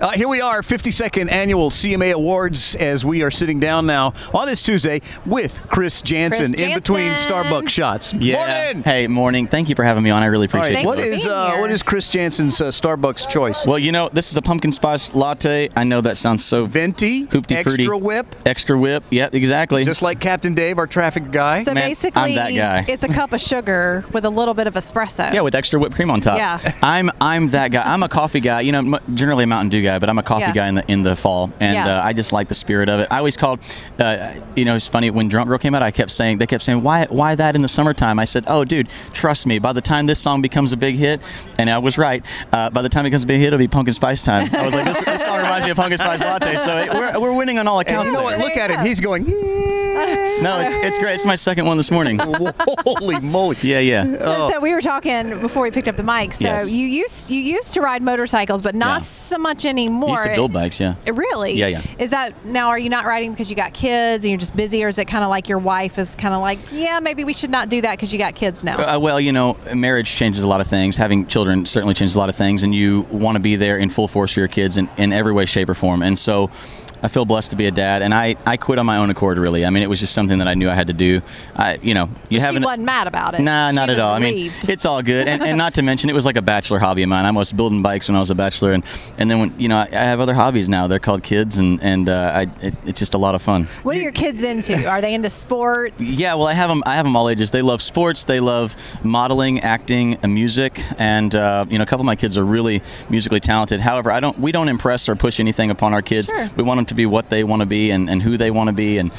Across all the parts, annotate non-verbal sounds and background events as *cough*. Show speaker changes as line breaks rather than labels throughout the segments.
Uh, here we are, 52nd annual CMA Awards, as we are sitting down now on this Tuesday with Chris Jansen,
Chris
in between
Jansen.
Starbucks shots.
Yeah.
Morning!
Hey, morning. Thank you for having me on. I really
All right,
appreciate
Thanks
what
for
it.
is
being
uh,
here.
what is Chris Jansen's uh, Starbucks choice?
Well, you know, this is a pumpkin spice latte. I know that sounds so
Venti,
hoopty fruity.
extra whip,
Extra whip. Yep, exactly.
just like Captain Dave, our traffic guy.
So
Man, I'm
basically,
that guy.
it's a cup of sugar with a little bit of espresso.
yeah, with extra whipped cream on top.
Yeah.
I'm I'm that guy. I'm a coffee guy. You know, m- generally a Mountain Dew guy, but I'm a coffee
Yeah.
guy in the in the fall, and
Yeah.
uh, I just like the spirit of it. I always called, uh, you know, it's funny when Drunk Girl came out. I kept saying they kept saying why why that in the summertime. I said, oh dude, trust me. By the time this song becomes a big hit, and I was right. Uh, by the time it becomes a big hit, it'll be pumpkin spice time. I was like, this, this song reminds me of pumpkin spice latte. So it, we're, we're winning on all
And
accounts.
you know what?
there.
Look at him. He's going. "Yeah."
*laughs* No, it's it's great. It's my second one
*laughs*
this morning.
Holy moly!
Yeah, yeah.
So we were talking before we picked up the mic. So
oh. Yes.
you used you used to ride motorcycles, but not
Yeah.
so much anymore. Uh,
Used to build bikes, yeah.
Really?
Yeah, yeah.
Is that now? Are you not riding because you got kids and you're just busy, or is it kind of like your wife is kind of like, yeah, maybe we should not do that because you got kids now?
Uh, well, you know, marriage changes a lot of things. Having children certainly changes a lot of things, and you want to be there in full force for your kids in, in every way, shape, or form. And so I feel blessed to be a dad, and I, I quit on my own accord, really. I mean, it was just something that I knew I had to do. I, you know, you
she
haven't.
wasn't mad about it.
Nah,
She
not at
was
all. I
relieved.
mean, it's all good, and, and not to mention, it was like a bachelor hobby of mine. I was building bikes when I was a bachelor, and, and then when you know, I, I have other hobbies now. They're called kids, and and uh, I, it, it's just a lot of fun.
what are your kids into? Are they into sports?
Yeah, well, I have them. I have them all ages. They love sports. They love modeling, acting, and music, and uh, you know, a couple of my kids are really musically talented. However, I don't. We don't impress or push anything upon our kids.
Sure.
We want them to be what they want to be and, and who they want to be, and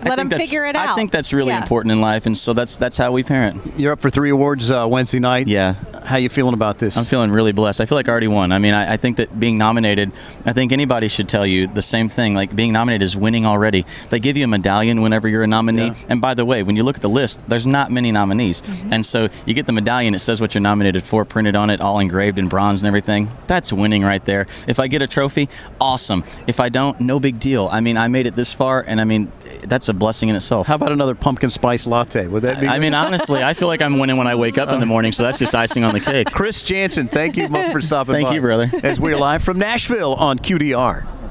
I
Let
think
'em
that's-
figure it
I
out.
think that's really
Yeah.
important in life, and so that's that's how we parent.
You're up for three awards uh, Wednesday night.
Yeah.
How you feeling about this?
I'm feeling really blessed. I feel like I already won. I mean, I, I think that being nominated, I think anybody should tell you the same thing. Like being nominated is winning already. They give you a medallion whenever you're a nominee.
Yeah. Mm-hmm.
And by the way, when you look at the list, there's not many nominees. And so you get the medallion. It says what you're nominated for, printed on it, all engraved in bronze and everything. That's winning right there. If I get a trophy, awesome. If I don't, no big deal. I mean, I made it this far, and I mean, that's a blessing in itself.
How about another pumpkin spice latte? Would that be?
I
good?
mean, honestly, I feel like I'm winning when I wake up in the morning. So that's just icing on the cake.
Chris Jansen, thank you for stopping
Thank
by.
you, brother.
As we're live from Nashville on QDR.